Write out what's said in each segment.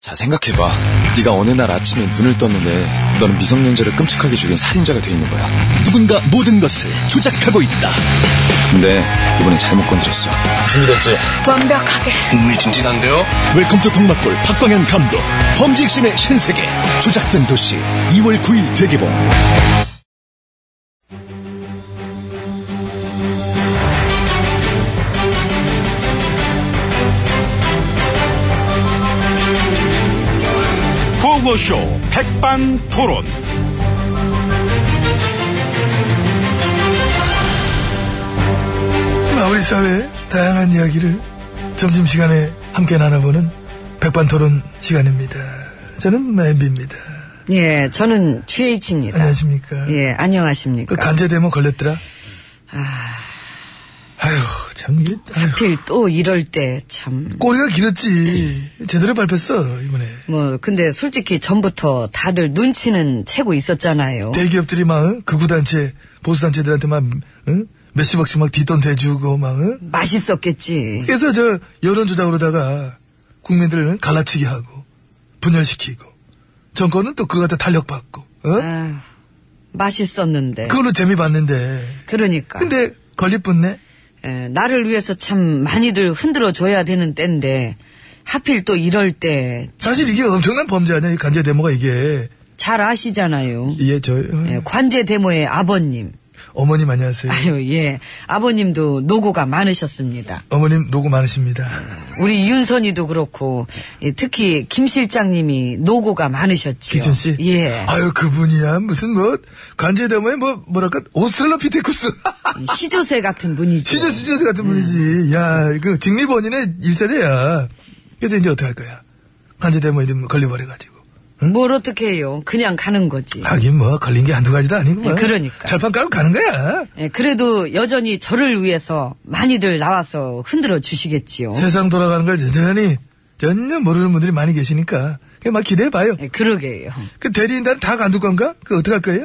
자 생각해봐 네가 어느 날 아침에 눈을 떴는데 너는 미성년자를 끔찍하게 죽인 살인자가 돼 있는 거야 누군가 모든 것을 조작하고 있다. 근데 이번엔 잘못 건드렸어 준비됐지? 완벽하게 흥미진진한데요? 웰컴 투 동막골 박광현 감독 범죄 액션의 신세계 조작된 도시 2월 9일 대개봉 구호쇼 백반토론. 우리 사회의 다양한 이야기를 점심시간에 함께 나눠보는 백반토론 시간입니다. 저는 엠비입니다. 예, 저는 GH입니다. 안녕하십니까. 예, 안녕하십니까. 그 간제대모 걸렸더라. 아... 휴참 이게 아휴, 하필 또 이럴 때 참. 꼬리가 길었지. 제대로 밟혔어 이번에. 뭐, 근데 솔직히 전부터 다들 눈치는 채고 있었잖아요. 대기업들이 막 어? 극우단체 보수단체들한테 막 어? 몇십억씩 막 뒷돈 대주고 막 어? 맛있었겠지. 그래서 저 여론조작으로다가 국민들을 갈라치기 하고 분열시키고 정권은 또 그거 갖다 탄력받고 어? 아, 맛있었는데. 그걸로 재미 봤는데 그, 러니까 근데 걸릴 뿐네 예, 나를 위해서 참 많이들 흔들어 줘야 되는 때인데, 하필 또 이럴 때, 사실 이게 엄청난 범죄 아니야 이 간제 데모가 이게 잘 아시잖아요. 이게 저 어, 예, 관제 데모의 아버님. 어머님 안녕하세요 아유, 예. 아버님도 노고가 많으셨습니다. 어머님 노고 많으십니다 아, 우리 윤선이도 그렇고 예, 특히 김 실장님이 노고가 많으셨지요. 기준 씨 예. 아유 그분이야 무슨 뭐 간제 데모에 뭐 뭐랄까 오스트랄로피테쿠스 시조새 같은 분이죠. 시저 시저스 같은 분이지 야그 직리본인의 일세대야 그래서 이제 어떻게 할 거야 간제 데모에 좀 걸려버려 가지고 뭘 어떻게 해요? 그냥 가는 거지. 하긴 뭐 걸린 게 한두 가지도 아니고 뭐 네, 그러니까. 절판 깔고 가는 거야 예, 그래도 여전히 저를 위해서 많이들 나와서 흔들어 주시겠지요. 세상 돌아가는 걸 전혀 전혀 모르는 분들이 많이 계시니까 그냥 막 기대해 봐요. 예, 그러게요. 그 대리인단 다 간둘 건가? 그 어떻게 할 거예요?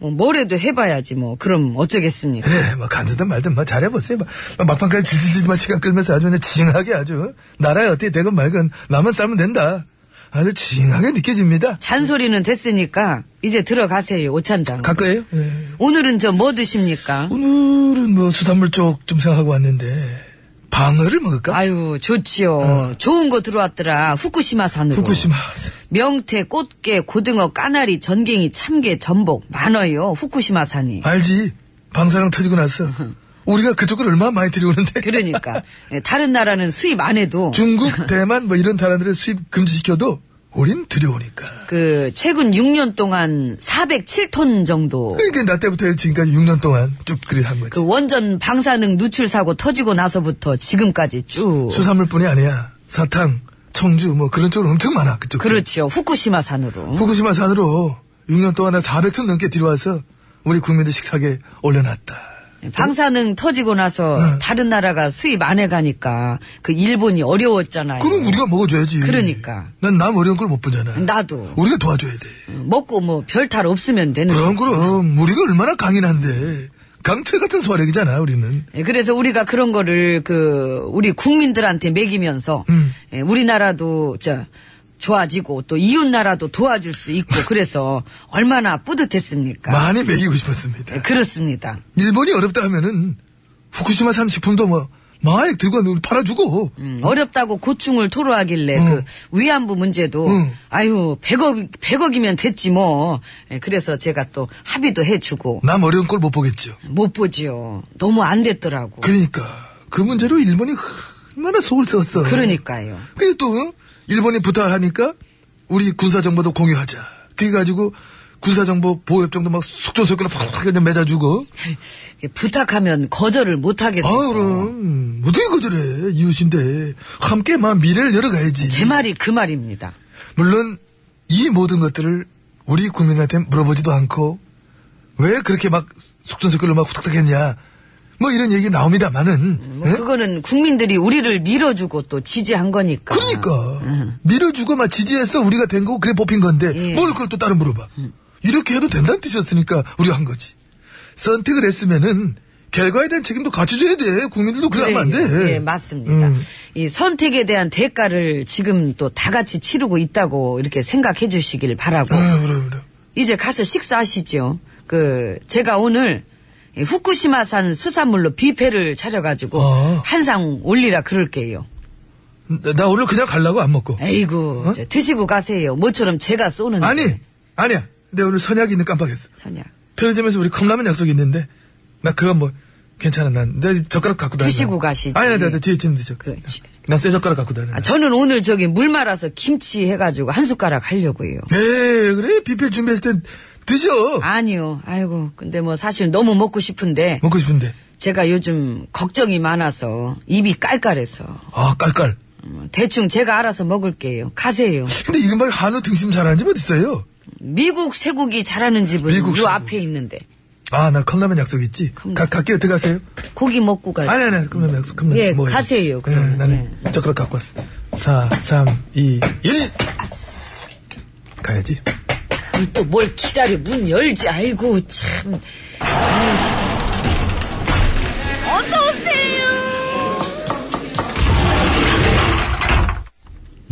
뭐 뭐래도 해봐야지 뭐. 그럼 어쩌겠습니까? 그래, 뭐 간두든 말든 뭐 잘해보세요. 막, 막 막판까지 질질질만 시간 끌면서 아주 그냥 징하게 아주 나라에 어떻게 되건 말건 나만 살면 된다. 아주 징하게 느껴집니다. 잔소리는 됐으니까 이제 들어가세요 오찬장. 갈 거예요? 예. 오늘은 저 뭐 드십니까? 오늘은 뭐 수산물 쪽 좀 생각하고 왔는데 방어를 먹을까? 아유 좋지요. 좋은 거 들어왔더라 후쿠시마산으로. 어. 후쿠시마. 명태, 꽃게, 고등어, 까나리, 전갱이, 참게, 전복 많아요. 후쿠시마산이. 알지? 방사능 터지고 나서 우리가 그쪽을 얼마나 많이 들여오는데 그러니까 예, 다른 나라는 수입 안 해도 중국, 대만 뭐 이런 나라들의 수입 금지시켜도 우린 들여오니까. 그 최근 6년 동안 407톤 정도 그러니까 나 때부터 지금까지 6년 동안 쭉 그리 한 거지. 그 원전 방사능 누출 사고 터지고 나서부터 지금까지 쭉 수산물뿐이 아니야. 사탕, 청주 뭐 그런 쪽은 엄청 많아. 그쪽. 그렇죠. 후쿠시마산으로. 후쿠시마 산으로 6년 동안 한 400톤 넘게 들여와서 우리 국민들 식탁에 올려놨다. 예, 방사능 터지고 나서 네. 다른 나라가 수입 안 해가니까 그 일본이 어려웠잖아요. 네. 그럼 우리가 먹어줘야지. 그러니까. 난 남 어려운 걸 못 보잖아. 나도 우리가 도와줘야 돼. 먹고 뭐 별 탈 없으면 되는 그럼 그럼 우리가 얼마나 강인한데. 강철 같은 소화력이잖아 우리는. 예, 그래서 우리가 그런 거를 그 우리 국민들한테 먹이면서 음. 예, 우리나라도 저 좋아지고 또 이웃 나라도 도와줄 수 있고 그래서 얼마나 뿌듯했습니까? 많이 먹이고 싶었습니다. 예, 그러니까. 그렇습니다. 일본이 어렵다 하면은 후쿠시마산 식품도 뭐 마액 들고 와서 팔아주고 음, 어렵다고 고충을 토로하길래 그 위안부 문제도 음. 아유 100억 100억이면 됐지 뭐. 예, 그래서 제가 또 합의도 해주고 남 어려운 걸 못 보겠죠. 못 보지요. 너무 안 됐더라고. 그러니까 그 문제로 일본이 얼마나 속을 썼어. 그러니까요. 그리고 또 응? 일본이 부탁하니까 우리 군사 정보도 공유하자. 그래 가지고 군사 정보 보호협정도 막 속전속결로 팍팍 그냥 맺어주고. 예, 부탁하면 거절을 못 아 하겠어서. 그럼 어떻게 거절해 이웃인데 함께 막 미래를 열어가야지. 제 말이 그 말입니다. 물론 이 모든 것들을 우리 국민한테 물어보지도 않고 왜 그렇게 막 속전속결로 막 후딱닥했냐 뭐 이런 얘기 예? 나옵니다만은 뭐 그거는 국민들이 우리를 밀어주고 또 지지한 거니까. 그러니까 밀어주고 막 지지해서 우리가 된 거고 그래 뽑힌 건데 예. 뭘 그걸 또 따로 물어봐 이렇게 해도 된다는 뜻이었으니까 우리가 한 거지 선택을 했으면은 결과에 대한 책임도 같이 져야 돼. 국민들도 그래 하면 안 돼. 예, 맞습니다. 음. 이 선택에 대한 대가를 지금 또 다 같이 치르고 있다고 이렇게 생각해 주시길 바라고. 아, 그래, 그래. 이제 가서 식사하시죠. 그 제가 오늘 이 후쿠시마산 수산물로 뷔페를 차려가지고 어. 한 상 올리라 그럴게요. 나, 나 오늘 그냥 가려고 안 먹고. 에이구 어? 저 드시고 가세요. 모처럼 제가 쏘는 아니, 아니야. 내가 오늘 선약이 있는 깜빡했어. 선약 편의점에서 우리 컵라면 약속이 있는데, 나 그건 뭐, 괜찮아. 난, 내 젓가락 갖고 다니 드시고 가시지. 아니, 나, 나 뒤에 있는데, 저. 그, 지- 난쇠 젓가락 갖고 다니 아, 저는 오늘 저기 물 말아서 김치 해가지고 한 숟가락 하려고요. 에이, 네, 그래. 뷔페 준비했을 땐 드셔. 아니요. 아이고 근데 뭐 사실 너무 먹고 싶은데 먹고 싶은데. 제가 요즘 걱정이 많아서 입이 깔깔해서 아, 깔깔. 음, 대충 제가 알아서 먹을게요. 가세요. 근데 이건 막 한우 등심 잘하는 집 어딨어요? 미국 쇠고기 잘하는 집은 미국 요 쇠고기. 앞에 있는데 아, 나 컵라면 약속 있지? 컵라면. 가, 갈게요. 들어가세요. 고기 먹고 가세요. 아니, 아니, 아니, 컵라면 약속, 컵라면. 네. 예, 뭐예요? 가세요, 예, 그러면. 나는 젓가락 갖고 왔어. 4, 3, 2, 1! 가야지. 또 뭘 기다려 문 열지 아이고 참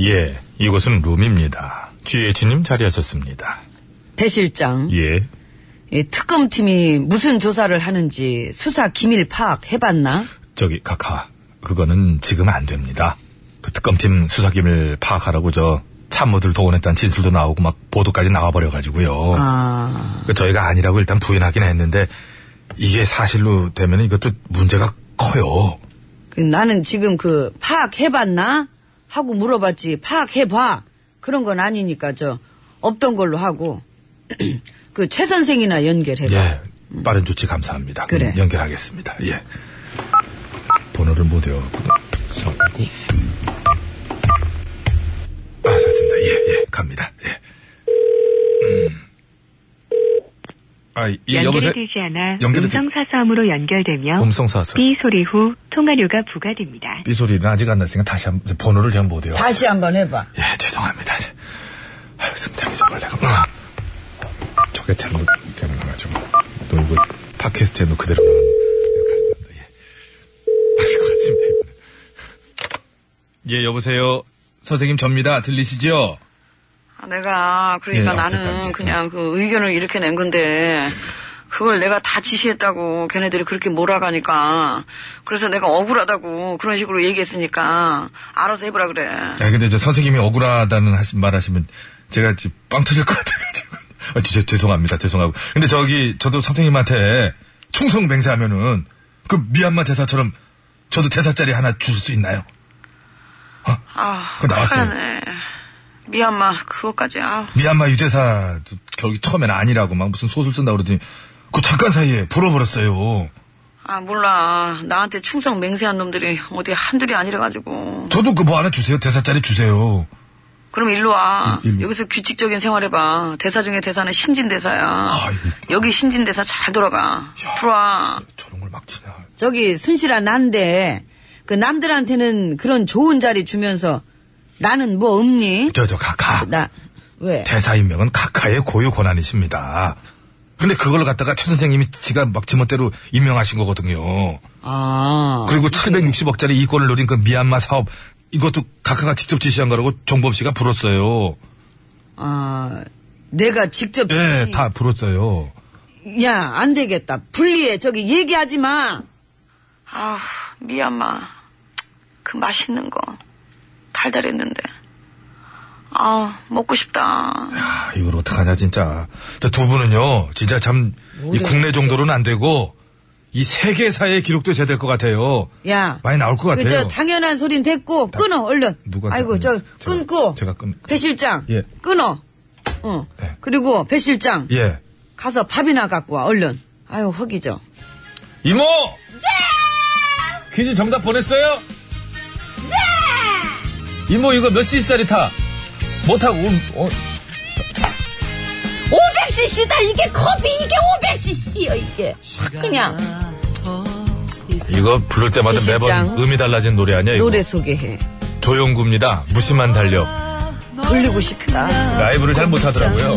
예, 이곳은 룸입니다. GH님 자리하셨습니다. 배 실장 예. 이 특검팀이 무슨 조사를 하는지 수사 기밀 파악 해봤나? 저기, 카카. 그거는 지금 안 됩니다. 그 특검팀 수사기밀 파악하라고 저 참모들 동원했다는 진술도 나오고 막 보도까지 나와버려가지고요. 아 그 저희가 아니라고 일단 부인하긴 했는데 이게 사실로 되면 이것도 문제가 커요. 그 나는 지금 그 파악해봤나 하고 물어봤지 파악해봐 그런 건 아니니까 저 없던 걸로 하고 그 최 선생이나 연결해봐. 예. 빠른 조치 감사합니다. 음, 그래. 연결하겠습니다. 예. 번호를 못 외웠구나. 백성구. 아, 됐습니다. 예, 예. 갑니다. 예. 음. 아, 이, 여보세요? 연결이 되지 않아 연결이 되- 음성사서함으로 연결되며 음성사서. B 소리 후 통화료가 부과됩니다. 삐 소리는 아직 안 났으니까 다시 한 번, 번호를 제가 못 외워. 다시 한번 해봐. 예, 죄송합니다. 아유, 승참이 저걸 내가. 아, 저게 잘못, 되는 거가지고또 이거 팟캐스트에 너 그대로. 나가는 거. 내가 가져간다, 예. 맞을 것 같습니다, 이번엔. 예, 여보세요. 선생님 접니다. 들리시죠? 아, 내가 그러니까 예, 아, 나는 됐다, 이제. 그냥 그 의견을 이렇게 낸 건데 그걸 내가 다 지시했다고 걔네들이 그렇게 몰아가니까 그래서 내가 억울하다고 그런 식으로 얘기했으니까 알아서 해보라 그래. 아, 근데 저 선생님이 억울하다는 하신- 말하시면 제가 지금 빵 터질 것 같아가지고. 아, 죄, 죄송합니다. 죄송하고. 근데 저기, 저도 선생님한테 충성 맹세하면은 그 미얀마 대사처럼 저도 대사짜리 하나 주실 수 있나요? 어? 아, 그거 나왔어요. 큰일났네. 미얀마 그거까지 아 미얀마 유대사 결국 처음엔 아니라고 막 무슨 소설 쓴다 그러더니 그 잠깐 사이에 불어버렸어요. 아, 몰라 나한테 충성 맹세한 놈들이 어디 한둘이 아니라 가지고 저도 그 뭐 하나 주세요. 대사짜리 주세요. 그럼 일로 와 이- 일로. 여기서 규칙적인 생활해봐 대사 중에 대사는 신진 대사야 아이고. 여기 신진 대사 잘 돌아가 야. 들어와 저런 걸 막 치냐. 저기 순실아 난데 그 남들한테는 그런 좋은 자리 주면서 나는 뭐 없니? 저, 저, 카카. 나 왜? 대사 임명은 카카의 고유 권한이십니다. 근데 그걸 갖다가 최 선생님이 지가 막 지멋대로 임명하신 거거든요. 아 그리고 760억짜리 이권을 노린 그 미얀마 사업 이것도 카카가 직접 지시한 거라고 정범 씨가 불었어요. 아 내가 직접 예, 지시- 다 불었어요. 야, 안 되겠다. 분리해. 저기 얘기하지 마. 아, 미얀마. 그 맛있는 거. 달달했는데. 아, 먹고 싶다. 아, 이걸 어떡하냐, 진짜. 저 두 분은요, 진짜 참, 이 모르겠지. 국내 정도로는 안 되고, 이 세계사의 기록도 제야 될 것 같아요. 야. 많이 나올 것 같아요. 그저 당연한 소린 됐고 끊어 얼른. 누가 아이고 끊- 저 제가- 끊고. 제가 끊- 배 실장. 예. 끊어. 어. 네. 그리고 배 실장 예. 가서 밥이나 갖고 와 얼른. 아유 허기져. 이모! 퀴즈 정답 보냈어요? 이모, 이거 몇 cc짜리 타? 못하고, 어, 500cc다 이게 컵이 이게 500cc요 이게. 그냥 이거 부를 때마다 이 매번 실장. 음이 달라진 노래 아니야, 이거? 노래 소개해. 조용구입니다. 무심한 달력. 돌리고 싶다. 라이브를 잘 못하더라고요.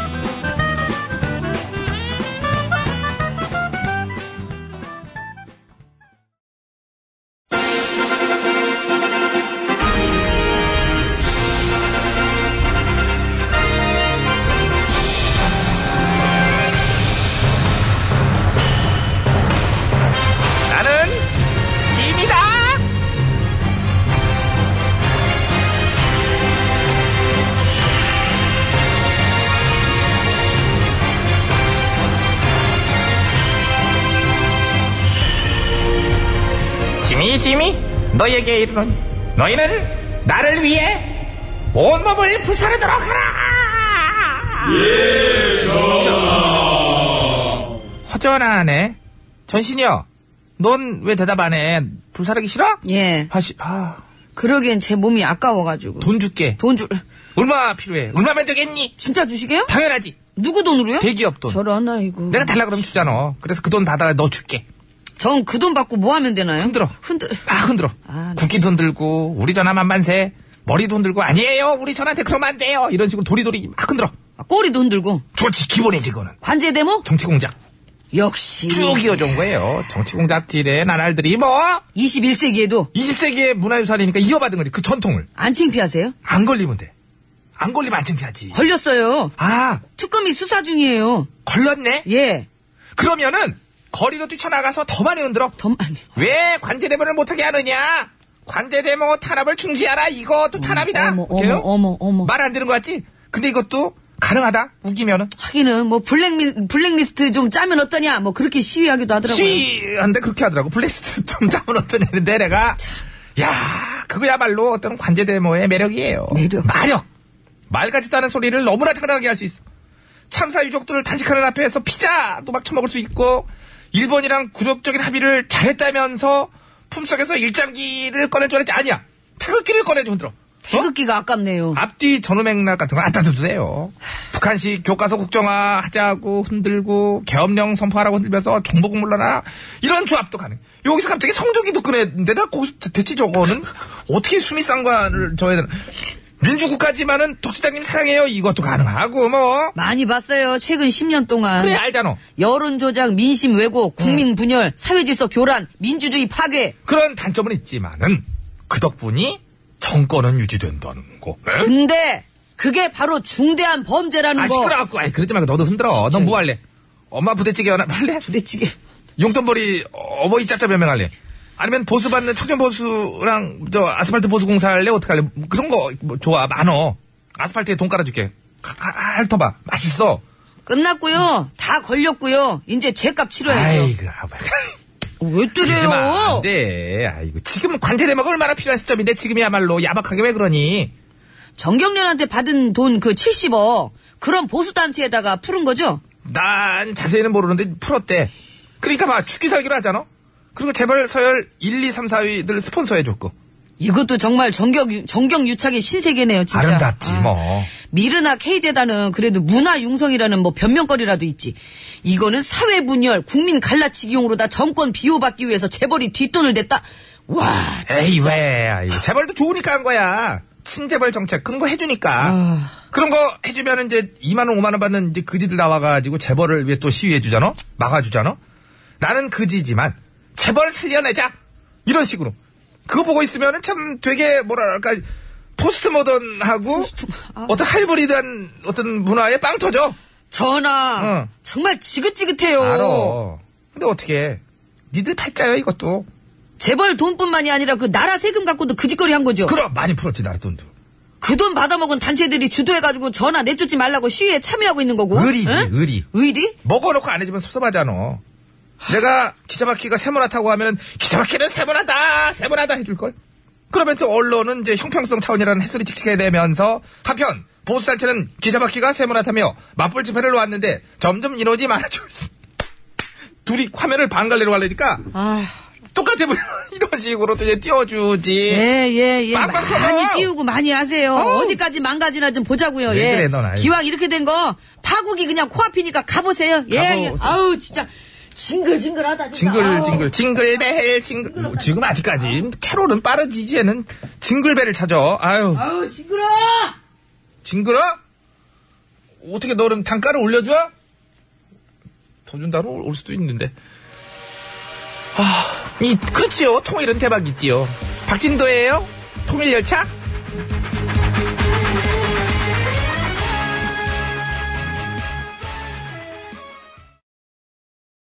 지미 지미 너에게 이르노니 너희는 나를 위해 온몸을 부사르도록 하라 예 허전하네 전신이여 넌 왜 대답 안해 불사르기 싫어? 예. 하시 아돈 그러기엔 제 몸이 아까워가지고. 줄게 돈 줄, 얼마 필요해 얼마 면적했니? 진짜 주시게요? 당연하지 누구 돈으로요? 대기업 돈 저런 아이고. 내가 달라 그러면 주잖아 그래서 그 돈 받아 너 줄게 전 그 돈 받고 뭐 하면 되나요? 흔들어. 흔들. 아, 흔들어. 아, 네. 국기도 흔들고, 우리 전화 만만세. 머리도 흔들고, 아니에요. 우리 전화한테 그러면 안 돼요. 이런 식으로 도리도리 막 흔들어. 아, 꼬리도 흔들고 좋지, 기본이지, 그거는. 관제 대목 정치공작. 역시 쭉 이어져온 거예요. 정치공작질의 나날들이 뭐, 21세기에도 20세기의 문화유산이니까 이어받은 거지. 그 전통을. 안 창피하세요? 안 걸리면 돼. 안 걸리면 안 창피하지. 걸렸어요. 아, 특검이 수사 중이에요. 걸렸네? 예. 그러면은, 거리로 뛰쳐나가서 더 많이 흔들어. 덤 아니. 왜 관제대본을 못하게 하느냐? 관제대모 탄압을 중지하라. 이것도 탄압이다. 어머, 어머, 이렇게요? 어머, 어머. 말 안 되는 것 같지? 근데 이것도 가능하다. 우기면은. 하기는 뭐 블랙 블랙리스트 좀 짜면 어떠냐 뭐 그렇게 시위하기도 하더라고요. 시한데 그렇게 하더라고. 블랙스트 좀 잡은 어떤 애인데 내가. 야 그거야말로 어떤 관제대모의 매력이에요. 매력. 마력. 어? 말 같지도 않은 소리를 너무나 당당하게 할 수 있어. 참사 유족들을 단식하는 앞에서 피자도 막 처먹을 수 있고 일본이랑 굴욕적인 합의를 잘했다면서 품속에서 일장기를 꺼내줘야지 아니야. 태극기를 꺼내줘 흔들어. 어? 태극기가 아깝네요. 앞 앞뒤 전후 맥락 같은 거 안 따져도 돼요. 북한식 교과서 국정화 하자고 흔들고 계엄령 선포하라고 흔들면서 종북 물러나 이런 조합도 가능. 여기서 갑자기 성조기도 꺼내는데 나 거기서 대- 대체 저거는 어떻게 수미 상관을 저야 되나? 민주국가지만은 독재자님 사랑해요 이것도 가능하고 뭐 많이 봤어요. 최근 10년 동안. 그래 알잖아. 여론 조작, 민심 왜곡, 국민 분열, 사회 질서 교란, 민주주의 파괴. 그런 단점은 있지만은 그 덕분이 정권은 유지된다는 거. 어. 에? 근데 그게 바로 중대한 범죄라는 아 거. 시끄러갖고 아이 그러지 말고 너도 흔들어. 넌 뭐 할래? 엄마 부대찌개 하나 할래? 부대찌개. 용돈벌이 어버이 짭짭 연맹할래? 아니면 보수 받는 청년 보수랑 저 아스팔트 보수 공사 할래? 어떡할래? 뭐 그런 거 뭐 좋아 많어. 아스팔트에 돈 깔아줄게. 핥어봐 맛있어. 끝났고요. 다 걸렸고요. 이제 죄값 치러야죠. 아이고 아빠. 네. 왜 그러지 마. 때려요? 안 돼. 아이고 지금 관제 대목 얼마나 필요한 시점인데 지금이야말로 야박하게 왜 그러니? 정경련한테 받은 돈 그 70억. 그런 보수단체에다가 푸른 거죠? 난 자세히는 모르는데 풀었대. 그러니까 봐 죽기 살기로 하잖아. 그리고 재벌 서열 1, 2, 3, 4위들 스폰서해줬고 이것도 정말 정경, 정경유착의 신세계네요, 진짜. 아름답지 아. 뭐. 미르나 K재단은 그래도 문화융성이라는 뭐 변명거리라도 있지. 이거는 사회분열, 국민 갈라치기용으로 다 정권 비호받기 위해서 재벌이 뒷돈을 냈다. 와, 에이 왜 아이고, 재벌도 좋으니까 한 거야 친재벌 정책 그런 거 해주니까 그런 거 해주면 이제 2만 원 5만 원 받는 이제 그지들 나와가지고 재벌을 위해 또 시위해주잖아 막아주잖아 나는 그지지만 재벌 살려내자 이런 식으로 그거 보고 있으면은 참 되게 뭐랄까 포스트 모던하고 아. 어떤 하이브리드한 어떤 문화에 빵 터져 전하. 응. 정말 지긋지긋해요. 알아 근데 어떻게 니들 팔자야 이것도 재벌 돈뿐만이 아니라 그 나라 세금 갖고도 그 짓거리 한 거죠. 그럼 많이 풀었지 나라 돈도 그 돈 받아먹은 단체들이 주도해가지고 전화 내쫓지 말라고 시위에 참여하고 있는 거고. 의리지, 응? 의리. 의리? 먹어놓고 안 해주면 섭섭하잖아. 내가 기자바퀴가 세모나다고 하면은 기자바퀴는 세모나다, 세모나다 해줄걸? 그러면 또 언론은 이제 형평성 차원이라는 해소리 직치게 되면서 한편 보수단체는 기자바퀴가 세모나다며 맞불 집회를 놓았는데 점점 인원이 많아지고 있습니다. 둘이 화면을 반갈래로 갈래니까 아, 똑같아 보여. 이런 식으로 또 이제 띄워주지. 예, 예, 예. 빵빵 터져! 많이 띄우고 많이 하세요. 어우. 어디까지 망가지나 좀 보자고요. 왜 예. 그래, 넌 아이. 기왕 이렇게 된 거 파국이 그냥 코앞이니까 가보세요. 예, 예. 아우 진짜 징글징글하다 진짜. 징글 아우. 징글 징글벨 징글 뭐, 지금 아직까지 캐롤은 빠르지 이제는 징글벨을 찾아 아유 아우 징그러. 징그러 어떻게 너는 단가를 올려줘 더 준다로 올 수도 있는데 아, 아이 그렇지요 통일은 대박이지요 박진도예요 통일 열차